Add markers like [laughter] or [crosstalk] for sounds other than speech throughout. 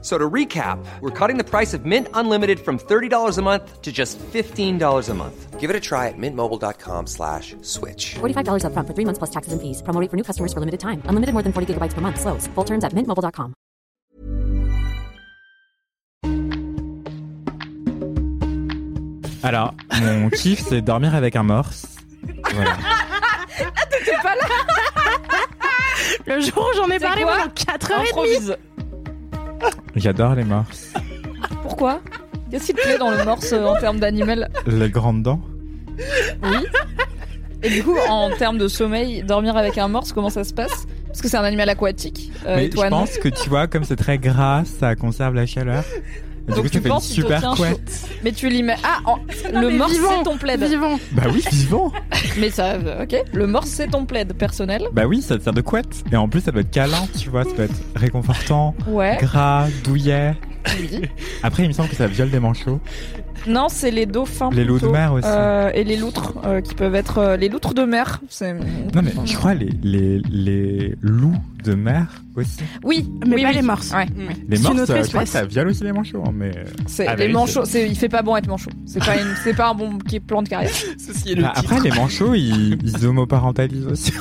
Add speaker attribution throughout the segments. Speaker 1: So to recap, we're cutting the price of Mint Unlimited from $30 a month to just $15 a month. Give it a try at mintmobile.com slash switch.
Speaker 2: $45 upfront for three months plus taxes and fees. Promo rate for new customers for limited time. Unlimited more than 40 gigabytes per month. Slows. Full terms at mintmobile.com.
Speaker 3: Alors, mon kiff, c'est dormir avec un morse. Voilà.
Speaker 4: Le jour où j'en ai
Speaker 5: C'est
Speaker 4: parlé
Speaker 5: quoi
Speaker 4: pendant 4 heures et demie.
Speaker 5: Improvise.
Speaker 3: J'adore les morses.
Speaker 5: Pourquoi Qu'est-ce qui te plaît dans le morse euh, en termes d'animal
Speaker 3: Les grandes dents.
Speaker 5: Et du coup, en termes de sommeil, dormir avec un morse, comment ça se passe Parce que c'est un animal aquatique. euh,
Speaker 3: Mais
Speaker 5: et toi,
Speaker 3: je
Speaker 5: non.
Speaker 3: pense que tu vois, comme c'est très gras, ça conserve la chaleur. Et du
Speaker 5: Donc
Speaker 3: coup,
Speaker 5: tu
Speaker 3: ça fait une
Speaker 5: penses qu'il te
Speaker 3: super
Speaker 5: tient
Speaker 3: couette.
Speaker 5: Mais tu l'y mets. Ah,
Speaker 4: [laughs]
Speaker 5: en- le
Speaker 4: mais
Speaker 5: morse,
Speaker 4: vivant.
Speaker 5: c'est ton plaid.
Speaker 4: Vivant.
Speaker 3: Bah oui, vivant.
Speaker 5: Mais ça, euh, ok. Le morse, c'est ton plaid personnel.
Speaker 3: Bah oui, ça te sert de couette. Et en plus, ça peut être câlin, tu vois, ça peut être réconfortant,
Speaker 5: Ouais.
Speaker 3: gras, douillet.
Speaker 5: Oui.
Speaker 3: Après, il me semble que ça viole des manchots.
Speaker 5: Non, c'est les dauphins.
Speaker 3: Les loups de
Speaker 5: plutôt.
Speaker 3: mer aussi.
Speaker 5: Euh, et les loutres euh, qui peuvent être euh, les loutres de mer. C'est.
Speaker 3: Non, mais je crois les, les, les loups de mer aussi.
Speaker 5: Oui,
Speaker 4: Mais
Speaker 5: oui,
Speaker 4: pas
Speaker 5: oui.
Speaker 4: les morses.
Speaker 5: Ouais.
Speaker 3: Les
Speaker 4: C'est
Speaker 3: morses,
Speaker 4: une autre
Speaker 3: euh, je crois que
Speaker 4: espèce.
Speaker 3: ça viole aussi les manchots, hein, mais.
Speaker 5: C'est
Speaker 3: Ah,
Speaker 5: les
Speaker 3: bah,
Speaker 5: manchots. C'est, il fait pas bon être manchot. C'est pas, une, c'est pas un bon qui est plan de carrière.
Speaker 6: Ceci est
Speaker 3: Bah, après, les manchots, ils, ils homoparentalisent aussi.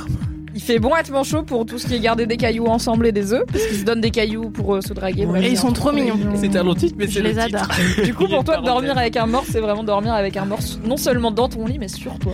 Speaker 5: Il fait bon être manchot pour tout ce qui est garder des cailloux ensemble et des œufs, parce qu'ils se donnent des cailloux pour euh, se draguer. bref.
Speaker 4: Et ils sont trop mignons.
Speaker 6: C'est un long titre, mais
Speaker 4: Je
Speaker 6: c'est le
Speaker 4: les
Speaker 6: titre.
Speaker 4: adore.
Speaker 5: Du coup,
Speaker 6: Il y
Speaker 5: pour
Speaker 6: a
Speaker 5: toi,
Speaker 6: une parenthèse.
Speaker 5: dormir avec un morse, c'est vraiment dormir avec un morse, non seulement dans ton lit, mais sur toi.